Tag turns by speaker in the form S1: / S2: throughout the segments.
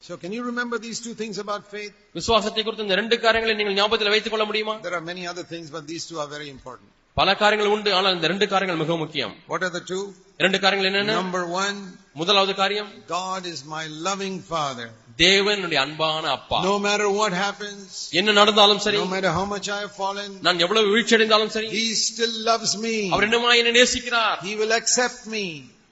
S1: So can you remember these two things about faith?
S2: விசுவாசத்தை குறித்து இந்த ரெண்டு காரியங்களை நீங்கள் ஞாபகத்தில் வைத்துக் கொள்ள முடியுமா
S1: There are many other things, but these two are very important.
S2: பல காரியங்கள் உண்டு ஆனால் இந்த ரெண்டு காரியங்கள் மிகவும் முக்கியம்
S1: What are the two?
S2: இரண்டு காரியங்கள் என்னென்ன
S1: Number one,
S2: முதலாவது காரியம்
S1: God is my loving Father.
S2: தேவனுடைய அன்பான அப்பா
S1: No matter what happens,
S2: என்ன நடந்தாலும் சரி
S1: no matter how much I have fallen,
S2: நான் எவ்வளவு வீழ்ச்சியடைந்தாலும் சரி
S1: He still loves me.
S2: அவர் என்னமா என்னை நேசிக்கிறார்
S1: He will accept me.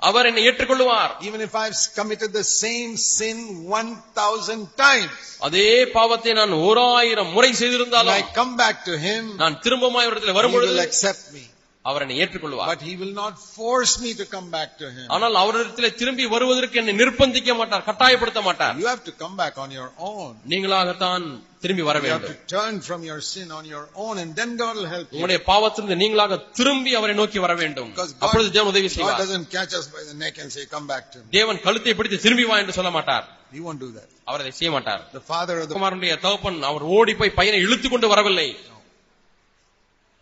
S2: அவர் என்னை ஏற்றுக்கொள்வார்
S1: Even if I've committed the same sin 1,000 times,
S2: அதே பாவத்தை நான் ஓராயிரம் முறை
S1: when I
S2: செய்திருந்தாலும்
S1: come back to Him,
S2: நான் திரும்பமா இடத்துல
S1: He will
S2: வரும்பொழுது
S1: accept me.
S2: அவர் என்னை ஏற்றுக்கொள்வார்
S1: But He will not force me to come back to Him.
S2: ஆனால் அவரிடத்துல திரும்பி வருவதற்கு என்னை நிர்பந்திக்க மாட்டார் கட்டாயப்படுத்த மாட்டார்
S1: You have to come back on your own.
S2: நீங்களாகத்தான் திரும்பி வர
S1: You have to
S2: வேண்டும்
S1: turn from your sin on your own and then God will help you.
S2: உங்களுடைய பாவத்திலிருந்து நீங்களாக திரும்பி அவரை நோக்கி வர வேண்டும்
S1: Because God-
S2: அப்பொழுது தேவன் உதவி
S1: God
S2: செய்வார்
S1: doesn't catch us by the neck and say, come back to me.
S2: தேவன் கழுத்தை பிடித்து திரும்பி வா என்று சொல்ல மாட்டார்
S1: He won't do that.
S2: அவர் அதை செய்ய மாட்டார்
S1: The father of the,
S2: குமாரனுடைய தகப்பன் அவர் ஓடி போய் பையனை இழுத்து கொண்டு வரவில்லை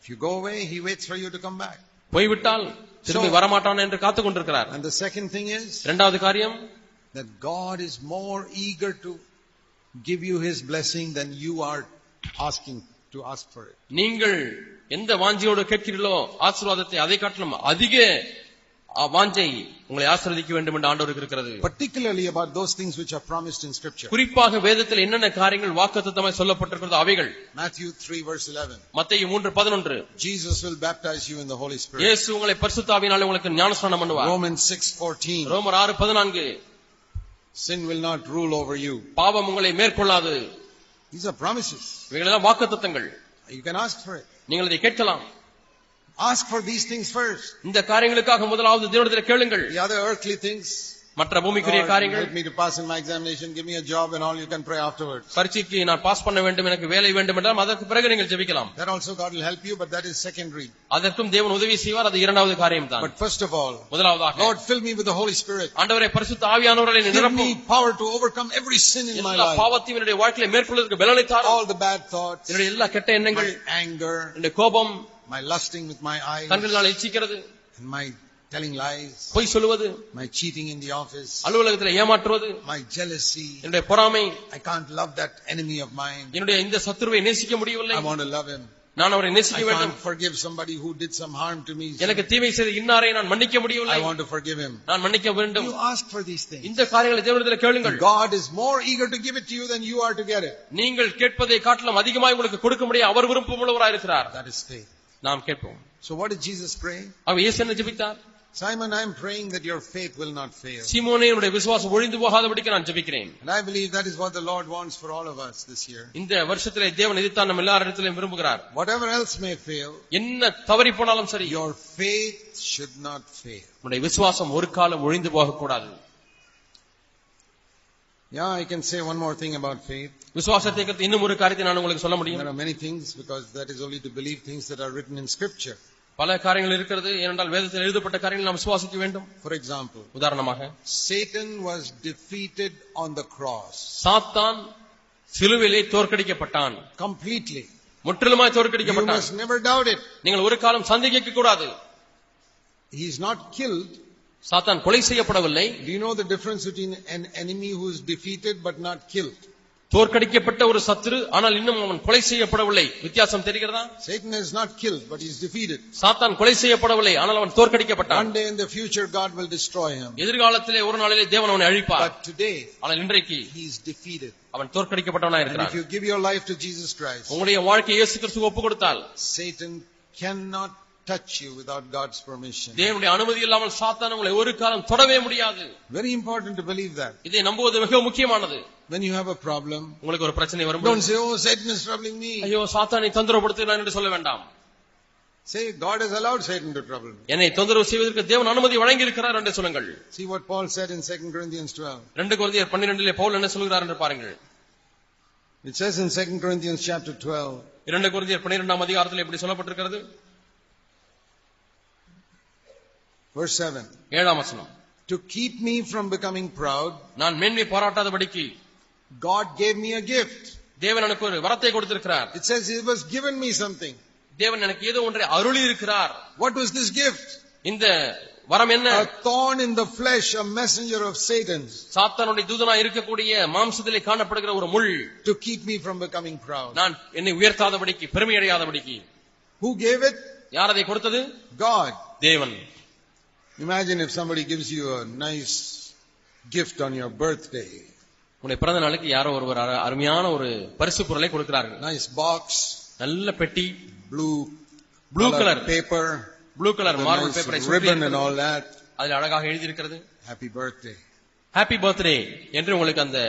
S1: if you go away, he waits for you to come back.
S2: போய்விட்டால் திரும்பி வரமாட்டான் என்று காத்துக் கொண்டிருக்கிறார்
S1: And the second thing is
S2: இரண்டாவது காரியம்
S1: that God is more eager to give you his blessing than you are asking to ask for it.
S2: நீங்கள் எந்த வாஞ்சையோடு கேட்கிறீர்களோ ஆசீர்வாதத்தை அதை காட்டிலும் அதிக அ, வாஞ்சை உங்களை ஆசீர்வதிக்க வேண்டும் என்று ஆண்டவருக்கு இருக்கிறது
S1: Particularly about those things which are promised in scripture.
S2: குறிப்பாக வேதத்தில் என்னென்ன காரியங்கள் வாக்குத்தத்தமாய் சொல்லப்பட்டிருக்கிறதோ அவைகள்
S1: Matthew 3 verse 11.
S2: மத்தேயு மூன்று பதினொன்று
S1: Jesus will baptize you in the Holy Spirit.
S2: இயேசு உங்களை பரிசுத்தாவினாலே உங்களுக்கு ஞானஸ்நானம் பண்ணுவார்
S1: Romans 6 14.
S2: ரோமர் ஆறு பதினான்கு
S1: Sin will not rule over you.
S2: பாவம் உங்களை மேற்கொள்ளாது
S1: These are promises.
S2: இவைகளெல்லாம் வாக்குத்தத்தங்கள்
S1: You can ask for it.
S2: நீங்கள் இதை கேட்கலாம்
S1: Ask for these things first.
S2: இந்த காரியங்களுக்காக முதலாவது தேவனிடத்தில் கேளுங்கள்
S1: The other earthly things.
S2: மற்ற பூமிக்குரிய
S1: Lord,
S2: காரியங்கள்
S1: help me to pass in my examination. Give me a job and all. You can pray afterwards.
S2: பரீட்சைக்கு நான் பாஸ் பண்ண வேண்டும் எனக்கு வேலை வேண்டும் என்றால் அதற்கு பிறகு நீங்கள் ஜெபிக்கலாம்
S1: That also God will help you, but that is secondary.
S2: அதற்கும் தேவன் உதவி செய்வார் அது இரண்டாவது காரியம் தான்
S1: But first of all,
S2: முதலாவதாக
S1: Lord, fill me with the Holy Spirit.
S2: ஆண்டவரை பரிசுத்த ஆவியானவரை
S1: Give
S2: நிரப்பும்
S1: me power to overcome every sin in my
S2: எல்லா
S1: life.
S2: பாவத்தையும் என்னுடைய வாழ்க்கையில மேற்கொள்வதற்கு பலனைத்தார்
S1: All the bad thoughts,
S2: என்னுடைய எல்லா கெட்ட எண்ணங்கள்
S1: my anger,
S2: என்னுடைய கோபம்
S1: my lusting with my eyes, and
S2: கண்களினால் இச்சிக்கிறது
S1: my telling lies,
S2: பொய் சொல்லுவது
S1: my cheating in the office,
S2: அலுவலகத்தில் ஏமாற்றுவது
S1: my jealousy.
S2: என்னுடைய பொறாமை
S1: I can't love that enemy of mine.
S2: என்னுடைய இந்த சத்துருவை நேசிக்க முடியவில்லை
S1: I want to love him.
S2: நான் அவரை
S1: I
S2: நேசிக்க
S1: can't
S2: வேண்டும்
S1: forgive somebody who did some harm to me.
S2: எனக்கு தீமை செய்த இன்னாரை நான் மன்னிக்க முடியவில்லை
S1: I want to forgive him.
S2: நான் மன்னிக்க வேண்டும்
S1: You ask for these things.
S2: இந்த காரியங்களை தேவனிடத்தில் கேளுங்கள்
S1: And God is more eager to give it to you than you are to get it.
S2: நீங்கள் கேட்பதை காட்டிலும் அதிகமாக உங்களுக்கு கொடுக்க முடிய அவர் விருப்பமுள்ளவராக இருக்கிறார்
S1: That is faith.
S2: நாம் கேட்போம்
S1: So what did Jesus pray?
S2: அவர் இயேசு என்ன ஜெபித்தார்
S1: Simon, I'm praying that your faith will not fail.
S2: சீமோனே என்னுடைய விசுவாசம் ஒழிந்து போகாதபடிக்கு நான் ஜெபிக்கிறேன்
S1: And I believe that is what the Lord wants for all of us this year.
S2: இந்த வருஷத்திலே தேவன் இதைத்தான் நம்ம எல்லாரிடத்திலும் விரும்புகிறார்
S1: Whatever else may fail,
S2: என்ன தவறி போனாலும் சரி
S1: your faith should not fail.
S2: உன்னுடைய விசுவாசம் ஒரு காலம் ஒழிந்து போகக்கூடாது
S1: Yeah, I can say one more thing about faith.
S2: விசுவாசத்தை குறித்து இன்னும் ஒரு காரியத்தை நான் உங்களுக்கு சொல்ல
S1: There
S2: முடியும்
S1: are many things because that is only to believe things that are written in scripture.
S2: பல காரியங்கள் இருக்கிறது ஏனென்றால் வேதத்தில் எழுதப்பட்ட காரியங்களை நாம் விசுவாசிக்க வேண்டும்
S1: For example,
S2: உதாரணமாக
S1: Satan was defeated on the cross
S2: சாத்தான் சிலுவிலே தோற்கடிக்கப்பட்டான்
S1: completely.
S2: முற்றிலுமாய்
S1: You
S2: தோற்கடிக்கப்பட்டான்
S1: must never doubt it.
S2: நீங்கள் ஒரு காலம் சந்தேகிக்க கூடாது
S1: He's not killed.
S2: சாத்தான் கொலை செய்யப்படவில்லை
S1: Do you know the difference between an enemy who is defeated but not killed?
S2: தோற்கடிக்கப்பட்ட ஒரு சத்துரு ஆனால் இன்னும் அவன் கொலை செய்யப்படவில்லை வித்தியாசம் தெரிகிறதா
S1: Satan is not killed, but he's defeated.
S2: சாத்தான் கொலை செய்யப்படவில்லை ஆனால் அவன் தோற்கடிக்கப்பட்டான்
S1: One day in the future, God will destroy him.
S2: எதிர்காலத்திலே ஒரு நாளிலே தேவன் அவனை அழிப்பார்
S1: But today,
S2: ஆனால் இன்றைக்கு
S1: he's defeated.
S2: அவன் தோற்கடிக்கப்பட்டவனாய்
S1: And if
S2: இருக்கிறான்
S1: you give your life to Jesus Christ,
S2: உங்களுடைய வாழ்க்கை இயேசு கிறிஸ்து ஒப்பு கொடுத்தால்
S1: Satan cannot touch you without God's permission.
S2: தேவனுடைய அனுமதி இல்லாமல் சாத்தான் உங்களை ஒரு காலம் தொடவே முடியாது
S1: Very important to believe that.
S2: இதை நம்புவது மிக முக்கியமானது
S1: When you have a problem,
S2: உங்களுக்கு ஒரு பிரச்சனை
S1: don't
S2: வரும்
S1: say, oh, Satan is troubling me.
S2: ஐயோ சாத்தானை தொந்தரவுப்படுத்தினான் என்று சொல்ல வேண்டாம்
S1: Say, God has allowed Satan to trouble me.
S2: என்னை தொந்தரவு செய்வதற்கு தேவன் அனுமதி வழங்கி இருக்கிறார் என்று சொல்லுங்கள்
S1: See what Paul said in 2 Corinthians 12.
S2: ரெண்டு குழந்தையர் பன்னிரெண்டிலே பவுல் என்ன சொல்கிறார் என்று பாருங்கள்
S1: It says in 2 Corinthians chapter 12,
S2: இரண்டு குருந்தியர் பன்னிரெண்டாம் அதிகாரத்தில் இப்படி சொல்லப்பட்டிருக்கிறது
S1: verse 7.
S2: ஏழாம் வசனம்
S1: To keep me from becoming proud,
S2: நான் மேன்மை பாராட்டாதபடிக்கு
S1: God gave me a gift.
S2: தேவன் எனக்கு ஒரு வரத்தை கொடுத்திருக்கிறார்
S1: It says He was given me something.
S2: தேவன் எனக்கு ஏதோ ஒன்றை அருளி இருக்கிறார்
S1: What was this gift?
S2: இந்த வரம் என்ன
S1: A thorn in the flesh, a messenger of Satan
S2: சாத்தானுடைய தூதனா இருக்கக்கூடிய மாம்சத்திலே காணப்படுகிற ஒரு முள்
S1: to keep me from becoming proud.
S2: நான் என்னை உயர்த்தாதபடிக்கு பெருமை அடையாதபடிக்கு
S1: Who gave it?
S2: யார் அதை கொடுத்தது
S1: God.
S2: தேவன்
S1: Imagine if somebody gives you a nice gift on your birthday.
S2: உன்னுடைய பிறந்த நாளுக்கு யாரோ ஒருவர் அரு- அருமையான ஒரு பரிசு பொருளை கொடுக்கிறார்கள்
S1: Nice box,
S2: நல்ல பெட்டி
S1: blue,
S2: Blue
S1: colored
S2: color.
S1: paper,
S2: blue colour
S1: with a
S2: marble
S1: nice
S2: பேப்பரை சுற்றி
S1: ribbon and
S2: இருக்கிறது.
S1: all that.
S2: அதுல அழகாக எழுதியிருக்கிறது
S1: Happy birthday.
S2: ஹாப்பி பர்த்டே என்று உங்களுக்கு அந்த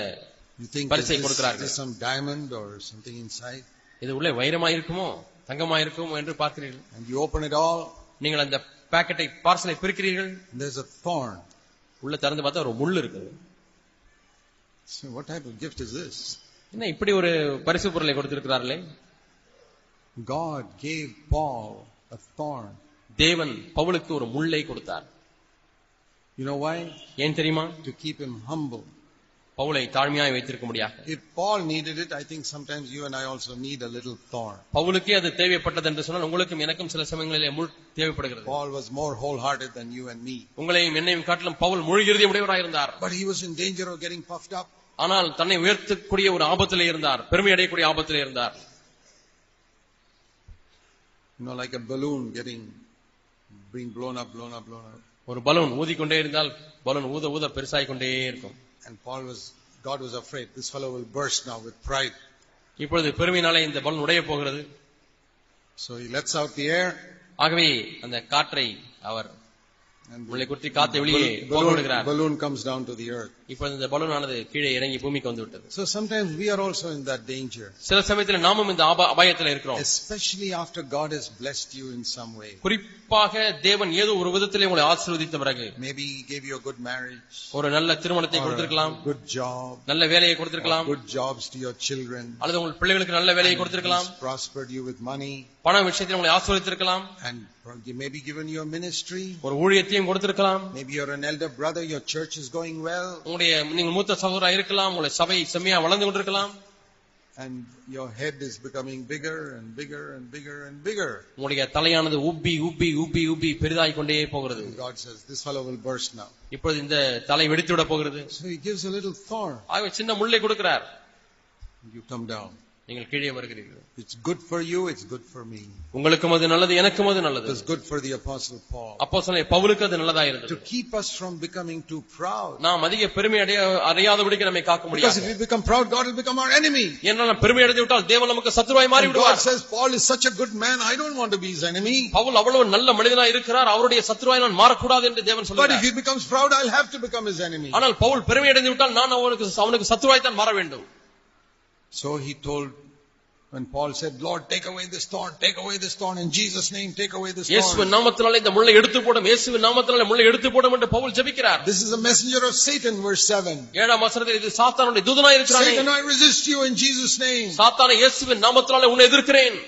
S1: You think
S2: பரிசை
S1: is this,
S2: கொடுக்கிறார்கள்.
S1: is this some diamond or something inside?
S2: இது உள்ளே வைரமா இருக்குமோ தங்கமா இருக்குமோ என்று பார்க்கிறீர்கள்
S1: And you open it all,
S2: நீங்கள் அந்த பாக்கெட்டை பார்சலை பிரிக்கிறீர்கள்
S1: and there's a thorn.
S2: உள்ள திறந்து பார்த்தா ஒரு முள் இருக்குது
S1: So what type of gift is this?
S2: என்ன இப்படி ஒரு பரிசு பொருளை கொடுத்திருக்கிறார்களே
S1: God gave Paul a thorn.
S2: தேவன் பவுலுக்கு ஒரு முள்ளை கொடுத்தார்
S1: You know why?
S2: ஏன் தெரியுமா
S1: To keep him humble.
S2: பவுலை தாழ்மையாய் வைத்திருக்க முடியாது
S1: If Paul needed it, I think sometimes you and I also need a little thorn.
S2: பவுலுக்கே அது தேவைப்பட்டது என்று சொன்னால் உங்களுக்கும் எனக்கும் சில சமயங்களிலே முள் தேவைப்படுகிறது
S1: Paul was more wholehearted than you and me.
S2: உங்களையும் என்னையும் காட்டிலும் பவுல் முழு இறுதி உடையவராயிருந்தார்
S1: But he was in danger of getting puffed up.
S2: ஆனால் தன்னை உயர்த்தக்கூடிய ஒரு ஆபத்திலே இருந்தார் பெருமை அடையக்கூடிய ஆபத்திலே இருந்தார்
S1: You know, like a balloon getting, being blown up, blown up, blown up.
S2: ஒரு பலூன் ஊதிக்கொண்டே இருந்தால் பலூன் ஊத ஊத பெருசாய் கொண்டே இருக்கும்
S1: And Paul was, God was afraid. This fellow will burst now with pride.
S2: இப்பொழுது பெருமையினாலே இந்த பலூன் உடைய போகிறது
S1: So he lets out the air
S2: ஆகவே அந்த காற்றை அவர்
S1: and
S2: உள்ளே
S1: the
S2: குத்தி காத்தை வெளியே
S1: balloon,
S2: போக
S1: balloon,
S2: விடுகிறார்
S1: balloon comes down to the earth.
S2: இப்பொழுது இந்த பலூனானது கீழே இறங்கி பூமிக்கு வந்து விட்டது
S1: So sometimes we are also in that danger.
S2: சில சமயத்தில் நாமும் இந்த ஆப- அபாயத்துல இருக்கிறோம்
S1: Especially after God has blessed you in some way.
S2: குறிப்பாக தேவன் ஏதோ ஒரு விதத்திலே உங்களை ஆசீர்வதித்த பிறகு
S1: Maybe he gave you a good marriage.
S2: ஒரு நல்ல திருமணத்தை
S1: or
S2: கொடுத்திருக்கலாம்
S1: a good job.
S2: நல்ல வேலையை
S1: or
S2: கொடுத்திருக்கலாம்
S1: Good jobs to your children.
S2: அல்லது உங்கள் பிள்ளைகளுக்கு நல்ல வேலையை கொடுத்திருக்கலாம்
S1: He's prospered you with money
S2: பண விஷயத்தில் உங்களை ஆசீர்வதித்திருக்கலாம்
S1: and maybe given you a ministry.
S2: ஒரு ஊழியத்தையும் கொடுத்திருக்கலாம்
S1: Maybe you're an elder brother, your church is going well,
S2: உங்களுடைய நீங்கள் மூத்த சகோதரா இருக்கலாம் உங்களுடைய சபை செம்மையா வளர்ந்து கொண்டிருக்கலாம்
S1: and your head is becoming bigger and bigger and bigger and bigger.
S2: உங்களுடைய தலையானது உப்பி உப்பி உப்பி உப்பி பெரிதாய் கொண்டே போகிறது
S1: And God says, This fellow will burst now.
S2: இப்பொழுது இந்த தலை வெடித்து விட போகிறது
S1: So he gives a little thorn.
S2: ஆகவே சின்ன முள்ளை கொடுக்கிறார்
S1: You come down.
S2: நீங்கள் கீழே வருகிறீர்கள்
S1: It's good for you, it's good for me.
S2: உங்களுக்கும் அது நல்லது எனக்கும் அது
S1: It
S2: நல்லது
S1: was good for the Apostle Paul.
S2: அப்போ சொன்ன பவுலுக்கு அது நல்லதா
S1: To
S2: இருந்தது
S1: keep us from becoming too proud.
S2: நாம் அதிக பெருமை அடைய அறியாதபடிக்கு நம்மை காக்க
S1: Because if
S2: முடியாது
S1: we become proud, God will become our enemy.
S2: ஏன்னா நாம் பெருமை அடைந்து விட்டால் தேவன் நமக்கு சத்துருவாய் மாறி
S1: And God
S2: விடுவார்
S1: says, Paul is such a good man, I don't want to be his enemy.
S2: Pavul அவ்வளவு நல்ல மனிதனா இருக்கிறார் அவருடைய சத்துருவாய் நான் மாறக்கூடாது என்று தேவன்
S1: But if
S2: சொல்லுவார்
S1: he becomes proud, I'll have to become his enemy.
S2: ஆனால் பவுல் பெருமை அடைந்து விட்டால் நான் அவனுக்கு அவனுக்கு சத்துருவாய் தான் மாற வேண்டும்
S1: So he told, when Paul said, Lord, take away this thorn, take away this thorn, in Jesus' name, take away this
S2: இயேசுவின்
S1: thorn.
S2: நாமத்தினாலே இந்த முள்ளை எடுத்து போடும் இயேசுவின் நாமத்தினாலே முள்ளை எடுத்து போடும் என்று பவுல் ஜெபிக்கிறார்
S1: This is a messenger of Satan, verse 7.
S2: ஏழாம் வசனத்தில் இது சாத்தானுடைய தூதனா இருக்கிறானே
S1: Satan, I resist you in Jesus' name.
S2: சாத்தானை இயேசுவின் நாமத்தினாலே உன்னை எதிர்க்கிறேன்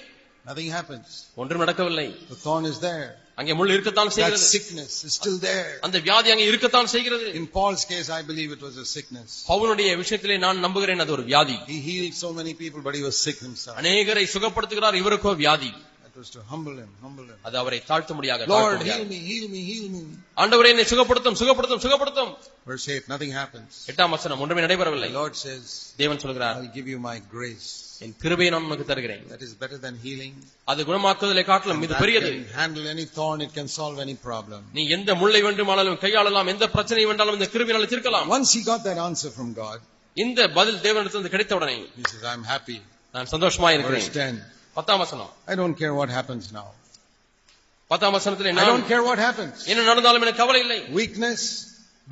S1: Nothing happens.
S2: ஒன்றும் நடக்கவில்லை
S1: The thorn is there.
S2: அங்கே முள் இருக்கத்தான்
S1: That
S2: செய்கிறது
S1: sickness is still there.
S2: அந்த வியாதி அங்கே இருக்கத்தான் செய்கிறது
S1: In Paul's case, I believe it was a sickness.
S2: பவுனுடைய விஷயத்திலே நான் நம்புகிறேன் அது ஒரு வியாதி
S1: He healed so many people, but he was sick himself.
S2: அநேகரை சுகப்படுத்துகிறார் இவருக்கோ வியாதி
S1: That was to humble him, humble him.
S2: அது அவரை தாழ்த்த முடியாது
S1: Lord,
S2: தாழ்த்த
S1: heal
S2: முடியாது.
S1: me, heal me, heal me.
S2: ஆண்டவரே என்னை சுகப்படுத்தும் சுகப்படுத்தும் சுகப்படுத்தும்
S1: Verse 8, nothing happens.
S2: எட்டாம் வசனம் ஒன்றுமே
S1: The
S2: நடைபெறவில்லை
S1: Lord says,
S2: தேவன் சொல்கிறார்
S1: I'll give you my grace.
S2: என் கிருபையை நான் உனக்கு தருகிறேன்
S1: That is better than healing.
S2: அது குணமாக்குதலை காட்டிலும் இது
S1: That
S2: பெரியது
S1: can handle any thorn, it can solve any problem.
S2: நீ எந்த முள்ளை வேண்டுமானாலும் கையாளலாம் எந்த பிரச்சனை வேண்டாலும் இந்த கிருபினால தீர்க்கலாம்
S1: Once he got that answer from God,
S2: இந்த பதில் தேவனிடத்திலிருந்து கிடைத்த உடனே
S1: he says, I'm happy.
S2: நான் சந்தோஷமா
S1: Verse
S2: இருக்கிறேன்
S1: 10.
S2: பத்தாம் வசனம்
S1: I don't care what happens now.
S2: பத்தாம் வசனத்திலே
S1: I
S2: நான்
S1: don't care what happens.
S2: என்ன நடந்தாலும் எனக்கு கவலை இல்லை
S1: Weakness,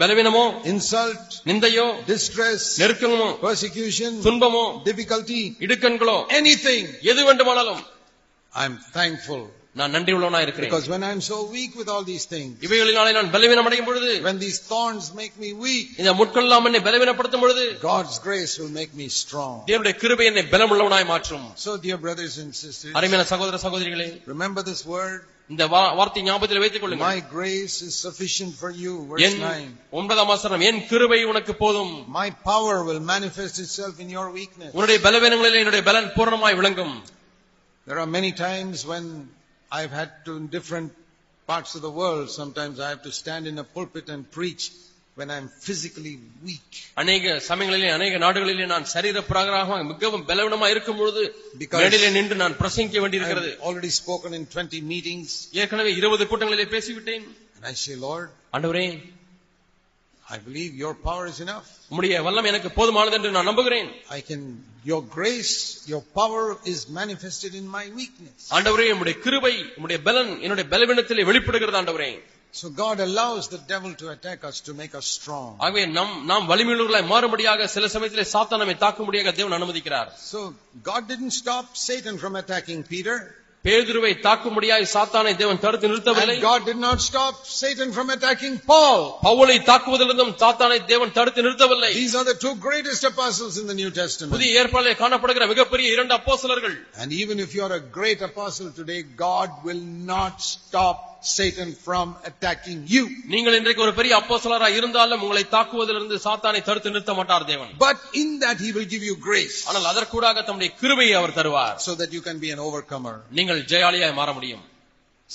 S2: பலவீனமோ
S1: insult,
S2: நிந்தையோ
S1: distress,
S2: நெருக்கமோ
S1: persecution,
S2: துன்பமோ
S1: difficulty,
S2: இடுக்கண்களோ
S1: anything.
S2: எது வேண்டுமானாலும்
S1: I'm thankful.
S2: நான் நன்றி உள்ளவனா இருக்கிறேன்
S1: Because when I'm so weak with all these things,
S2: இவைகளினாலே நான் பலவீனம் அடையும் பொழுது
S1: when these thorns make me weak,
S2: இந்த முட்கள்லாம் என்னை பலவீனப்படுத்தும் பொழுது
S1: God's grace will make me strong.
S2: தேவனுடைய கிருபை என்னை பலமுள்ளவனாய் மாற்றும்
S1: So dear brothers and sisters,
S2: அருமையான சகோதர சகோதரிகளே
S1: remember this word,
S2: இந்த வா- வார்த்தை ஞாபகத்தில் வைத்துக் கொள்ளுங்கள்
S1: my grace is sufficient for you, verse
S2: என்
S1: 9.
S2: ஒன்பதாம் வசனம் என் கிருபை உனக்கு போதும்
S1: My power will manifest itself in your weakness.
S2: உன்னுடைய பலவீனங்களிலே என்னுடைய பலன் பூரணமாய் விளங்கும்
S1: There are many times when I've had to different parts of the world, sometimes I have to stand in a pulpit and preach when I'm physically weak.
S2: அநேக சமயங்களிலே அநேக நாடுகளிலே நான் சரீர பிராகராக மிகவும் பலவீனமா இருக்கும் பொழுது
S1: Because-
S2: மேடையிலே நின்று நான் பிரசங்கிக்க வேண்டியிருக்கிறது
S1: I've already spoken in 20 meetings
S2: ஏற்கனவே இருபது கூட்டங்களிலே பேசிவிட்டேன்
S1: and I say, Lord,
S2: ஆண்டவரே
S1: I believe your power is enough.
S2: உம்முடைய வல்லம் எனக்கு போதுமானது என்று நான் நம்புகிறேன்
S1: I can, your grace, your power is manifested in my weakness.
S2: ஆண்டவரே உம்முடைய கிருபை உம்முடைய பலன் என்னுடைய பலவீனத்திலே வெளிப்படுகிறது ஆண்டவரே
S1: So God allows the devil to attack us to make us strong.
S2: ஆகவே நம் நாம் வலிமையுள்ளவர்களாய் மாறும்படியாக சில சமயத்திலே சாத்தானமை தாக்கும்படியாக தேவன் அனுமதிக்கிறார்
S1: So God didn't stop Satan from attacking Peter.
S2: பேதுருவை தாக்கும்படியாக சாத்தானை தேவன் தடுத்து நிறுத்தவில்லை
S1: And God did not stop Satan from attacking Paul.
S2: பவுலை தாக்குவதிலிருந்தும் சாத்தானை தேவன் தடுத்து நிறுத்தவில்லை
S1: These are the two greatest apostles in the New Testament.
S2: புதிய ஏற்பாட்டிலே காணப்படுகிற மிகப்பெரிய இரண்டு அப்போஸ்தலர்கள்
S1: And even if you are a great apostle today, God will not stop Satan from attacking you.
S2: நீங்கள் இன்றைக்கு ஒரு பெரிய அப்போஸ்தலரா இருந்தாலும் உங்களை தாக்குவதிலிருந்து சாத்தானை தடுத்து நிறுத்த மாட்டார் தேவன்
S1: But in that he will give you grace
S2: ஆனால் அதற்கூடாக தம்முடைய கிருபையை அவர் தருவார்
S1: so that you can be an overcomer.
S2: நீங்கள் ஜெயாலியாய் மாற முடியும்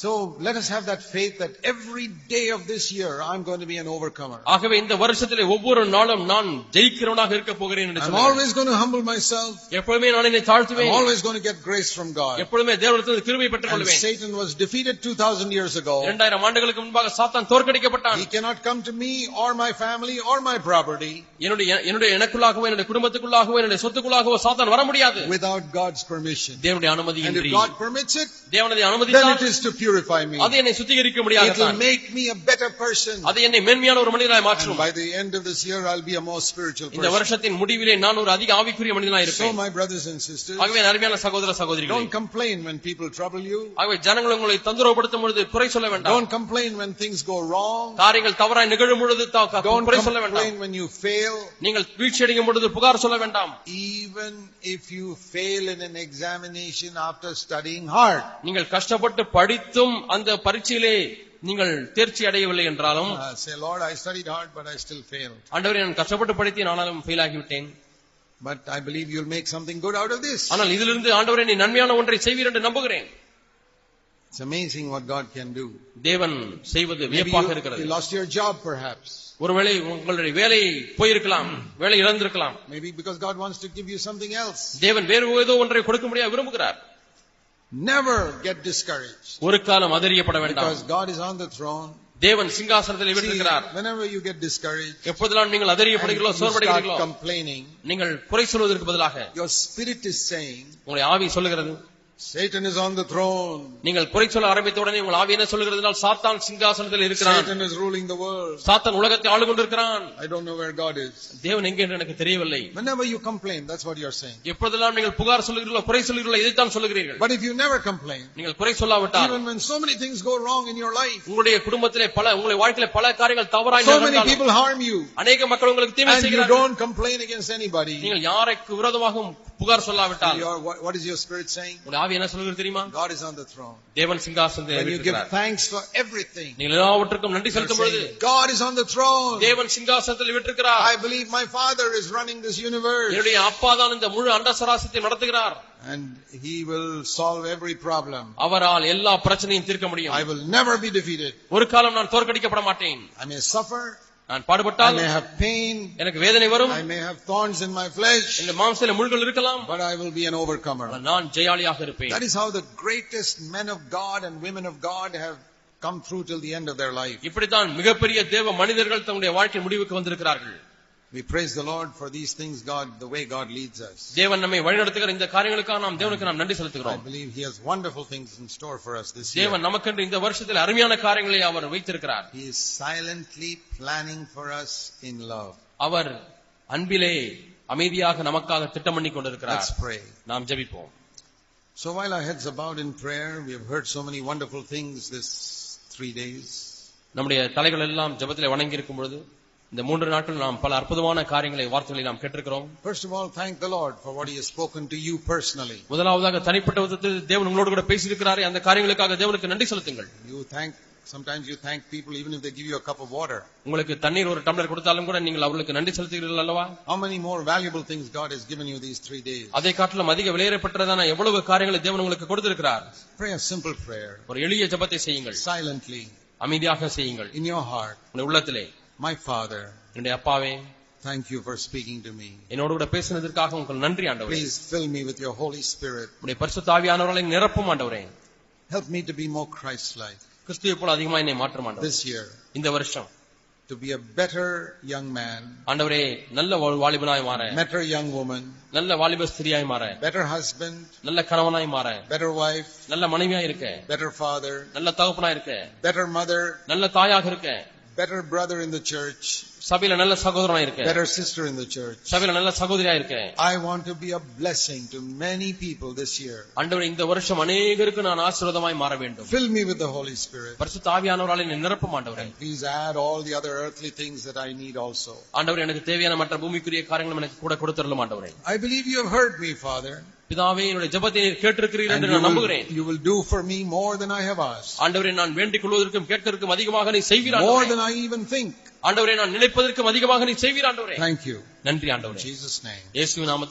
S1: So let us have that faith that every day of this year I'm going to be an overcomer.
S2: ஆகவே இந்த வருஷத்திலே ஒவ்வொரு நாளும் நான் ஜெயிக்கிறவனாக இருக்க போகிறேன் என்று
S1: I'm
S2: சொல்லுங்கள்.
S1: always going to humble myself.
S2: எப்பொழுதுமே நான் என்னை
S1: I'm
S2: தாழ்த்துவேன்
S1: always going to get grace from God.
S2: எப்பொழுதுமே தேவனத்தில் கிருபை பெற்றுக்
S1: And
S2: கொள்வேன்
S1: Satan was defeated 2000 years ago.
S2: இரண்டாயிரம் ஆண்டுகளுக்கு முன்பாக சாத்தான் தோற்கடிக்கப்பட்டான்
S1: He cannot come to me or my family or my property
S2: என்னுடைய என்னுடைய எனக்குள்ளாகவோ என்னுடைய குடும்பத்துக்குள்ளாகவோ என்னுடைய சொத்துக்குள்ளாகவோ சாத்தான் வர முடியாது
S1: without God's permission.
S2: தேவனுடைய
S1: And
S2: அனுமதியின்றி
S1: if God permits it,
S2: தேவனுடைய
S1: then it
S2: அனுமதித்தால்
S1: is to purify me.
S2: அது என்னை சுத்திகரிக்க
S1: It'll
S2: முடியாது
S1: make me a better person.
S2: அது என்னை மேன்மையான ஒரு மனிதனாய்
S1: And
S2: மாற்றும்
S1: by the end of this year, I'll be a more spiritual
S2: இந்த
S1: person.
S2: வருஷத்தின் முடிவிலே நான் ஒரு அதிக ஆவிக்குரிய மனிதனாய்
S1: So,
S2: இருப்பேன்
S1: my brothers and sisters,
S2: ஆகவே என் அருமையான சகோதர சகோதரிகளே
S1: don't complain when people trouble you.
S2: ஆகவே ஜனங்கள் உங்களை தொந்தரவுபடுத்தும் பொழுது குறை சொல்ல வேண்டாம்
S1: Don't complain when things go wrong.
S2: காரியங்கள் தவறாய் நிகழும் பொழுது தா- தா-
S1: Don't
S2: குறை சொல்ல வேண்டாம்
S1: complain when you fail.
S2: நீங்கள் வீழ்ச்சி அடையும் பொழுது புகார் சொல்ல வேண்டாம்
S1: Even if you fail in an examination after studying hard.
S2: நீங்கள் கஷ்டப்பட்டு படித்தும் அந்த பரீட்சையிலே நீங்கள் தேர்ச்சி அடையவில்லை என்றாலும்
S1: Uh, say, Lord, I studied hard, but I still failed.
S2: ஆண்டவரே நான் கஷ்டப்பட்டு படித்தேன் ஆனாலும் ஃபெயில் ஆகிவிட்டேன்
S1: But I believe you'll make something good out of this.
S2: ஆனால் இதிலிருந்து ஆண்டவரே நீ நன்மையான ஒன்றை செய்வீர் என்று நம்புகிறேன்
S1: It's amazing what God can do.
S2: தேவன் செய்வது
S1: Maybe
S2: வியப்பாக
S1: you,
S2: இருக்கிறது
S1: you lost your job perhaps.
S2: ஒருவேளை உங்களுடைய வேலை போயிருக்கலாம் வேலை இழந்திருக்கலாம்
S1: Maybe because God wants to give you something else.
S2: தேவன் வேறு ஏதோ ஒன்றை கொடுக்க முடியாது விரும்புகிறார்
S1: Never get discouraged.
S2: ஒரு காலம் அதறியப்பட வேண்டாம்
S1: Because God is on the throne.
S2: தேவன் சிங்காசனத்தில்
S1: See,
S2: வீட்டிருக்கிறார்
S1: whenever you get discouraged,
S2: எப்போதெல்லாம் நீங்கள்
S1: and you
S2: அதறியப்படுகிறீர்களோ
S1: start
S2: சோர்வடைகிறீர்களோ
S1: complaining,
S2: நீங்கள் குறை சொல்வதற்கு பதிலாக
S1: your spirit is saying,
S2: உங்களுடைய ஆவி சொல்லுகிறது
S1: Satan is on the throne.
S2: நீங்கள் குறை சொல்ல ஆரம்பித்த உடனே உங்கள் ஆவி என்ன சொல்கிறதுனால் சாத்தான் சிங்காசனத்தில் இருக்கிறான்
S1: Satan is ruling the world.
S2: சாத்தான் உலகத்தை ஆளு கொண்டிருக்கிறான்
S1: I don't know where God is.
S2: தேவன் எங்கே என்று எனக்கு தெரியவில்லை
S1: Whenever you complain, that's what you're saying.
S2: எப்பொழுதெல்லாம் நீங்கள் புகார் சொல்லுகிறீர்களோ குறை சொல்லுகிறீர்களோ இதைத்தான் சொல்லுகிறீர்கள்
S1: But if you never complain,
S2: நீங்கள் குறை சொல்லாவிட்டால்
S1: even when so many things go wrong in your life,
S2: உங்களுடைய குடும்பத்திலே பல உங்களுடைய வாழ்க்கையில பல காரியங்கள் தவறாய்
S1: so many
S2: நடந்தாலும்
S1: people harm you,
S2: அநேக மக்கள் உங்களுக்கு தீமை
S1: and you
S2: செய்கிறார்கள்
S1: don't complain against anybody,
S2: நீங்கள் யாருக்கு விரோதமாகவும் புகார் சொல்லாவிட்டால்
S1: your, what, what is your spirit saying?
S2: உங்களுடைய ஆவி என்ன சொல்கிறது தெரியுமா
S1: God is on the throne.
S2: தேவன் சிங்காசனத்தில்
S1: When you give
S2: இருக்கிறார்
S1: thanks for everything,
S2: நீங்கள் எல்லாவற்றுக்கும் நன்றி
S1: you're
S2: செலுத்தும் பொழுது
S1: saying, God is on the throne.
S2: தேவன் சிங்காசனத்தில் விட்டிருக்கிறார்
S1: I believe my Father is running this universe,
S2: என்னுடைய அப்பா தான் இந்த முழு அண்டசராசத்தை நடத்துகிறார்
S1: and He will solve every problem.
S2: அவரால் எல்லா பிரச்சனையும் தீர்க்க முடியும்
S1: I will never be defeated.
S2: ஒரு காலம் நான் தோற்கடிக்கப்பட மாட்டேன்
S1: I may suffer,
S2: நான்
S1: I
S2: பாடுபட்டால்
S1: may have pain,
S2: எனக்கு வேதனை வரும்
S1: I may have thorns in my flesh,
S2: என்னுடைய மாம்சத்தில முள்கள் இருக்கலாம்
S1: but I will be an overcomer.
S2: ஆனால் நான் ஜெயாலியாக இருப்பேன்
S1: That is how the greatest men of God and women of God have come through till the end of their life.
S2: இப்படித்தான் மிகப்பெரிய தேவ மனிதர்கள் தங்களுடைய வாழ்க்கை முடிவுக்கு வந்திருக்கிறார்கள்
S1: We praise the Lord for these things, God, the way God leads us.
S2: தேவன் நம்மை வழிநடத்துகிற இந்த காரியங்களுக்காக நாம் தேவனுக்கு நாம் நன்றி
S1: I
S2: செலுத்துகிறோம்
S1: believe He has wonderful things in store for us this year.
S2: தேவன் நமக்கென்று இந்த வருஷத்தில் அருமையான காரியங்களை அவர் வைத்திருக்கிறார்
S1: He is silently planning for us in love.
S2: அவர் அன்பிலே அமைதியாக நமக்காக திட்டம் பண்ணி கொண்டிருக்கிறார்
S1: Let's pray.
S2: நாம் ஜெபிப்போம்
S1: So while our heads are bowed in prayer, we have heard so many wonderful things this three days.
S2: நம்முடைய தலைகள் எல்லாம் ஜெபத்திலே வணங்கி இருக்கும் பொழுது இந்த மூன்று நாட்கள் நாம் பல அற்புதமான காரியங்களை வார்த்தைகளை நாம் கேட்டிருக்கிறோம்
S1: First of all, thank the Lord for what He has spoken to you personally.
S2: முதலாவதாக தனிப்பட்ட விதத்தில் தேவன் உங்களோடு கூட பேசியிருக்கிறாரே அந்த காரியங்களுக்காக தேவனுக்கு நன்றி செலுத்துங்கள்
S1: You thank Sometimes you thank people even if they give you a cup of water.
S2: உங்களுக்கு தண்ணீர் ஒரு டம்ளர் கொடுத்தாலும் கூட நீங்கள் அவர்களுக்கு நன்றி செலுத்துகிறீர்கள் அல்லவா
S1: How many more valuable things God has given you these three days?
S2: அதை காட்டிலும் அதிக விலையேறப்பட்டதான எவ்வளவு காரியங்களை தேவன் உங்களுக்கு கொடுத்திருக்கிறார்
S1: Pray a simple prayer,
S2: ஒரு எளிய ஜெபத்தை செய்யுங்கள்
S1: silently,
S2: அமைதியாக செய்யுங்கள்
S1: in your heart.
S2: உங்களுடைய உள்ளத்திலே
S1: My Father,
S2: என்னுடைய அப்பாவே
S1: thank you for speaking to me.
S2: என்னோடு கூட பேசினதற்காக உங்களுக்கு நன்றி ஆண்டவரே
S1: Please fill me with your Holy Spirit.
S2: உடைய பரிசுத்தாவியானவர்களை நிரப்பும் ஆண்டவரே
S1: Help me to be more Christ-like
S2: கிறிஸ்துவை போல அதிகமா என்னை மாற்றும் ஆண்டவரே
S1: this year,
S2: இந்த வருஷம்
S1: to be a better young man,
S2: ஆண்டவரே நல்ல வா- வாலிபனாய் மாற
S1: better young woman,
S2: நல்ல வாலிப ஸ்திரியாய் மாற
S1: better husband,
S2: நல்ல கணவனாய் மாற
S1: better wife,
S2: நல்ல மனைவியாய் இருக்க
S1: better father,
S2: நல்ல தகப்பனாய் இருக்க
S1: better mother,
S2: நல்ல தாயாக இருக்க
S1: better brother in the church,
S2: சபையில நல்ல சகோதரனா இருக்க
S1: better sister in the church.
S2: சபையில நல்ல சகோதரியா இருக்க
S1: I want to be a blessing to many people this year.
S2: ஆண்டவரே இந்த வருஷம் அநேகருக்கு நான் ஆசீர்வாதமாய் மாற வேண்டும்
S1: Fill me with the Holy Spirit.
S2: பரிசு தாவியானவரால் என்னை நிரப்பும் ஆண்டவரே
S1: Please add all the other earthly things that I need also.
S2: ஆண்டவர் எனக்கு தேவையான மற்ற பூமிக்குரிய காரியங்களும் எனக்கு கூட கொடுத்துடலும் ஆண்டவரே
S1: I believe you have heard me, Father.
S2: பிதாவே என்னுடைய ஜெபத்தை நீர் கேட்டிருக்கிறீர்கள்
S1: And
S2: என்று
S1: you
S2: நான்
S1: will,
S2: நம்புகிறேன்
S1: you will do for me more than I have asked,
S2: ஆண்டவரே நான் வேண்டிக் கொள்வதற்கும் கேட்கறதுக்கும் அதிகமாக நீ செய்வீர்
S1: more
S2: ஆண்டவரே.
S1: than I even think.
S2: ஆண்டவரே நான் நினைப்பதற்கும் அதிகமாக நீ செய்வீர் ஆண்டவரே
S1: Thank you.
S2: நன்றி
S1: In
S2: ஆண்டவரே
S1: Jesus' name.
S2: இயேசுவின் நாமத்தில்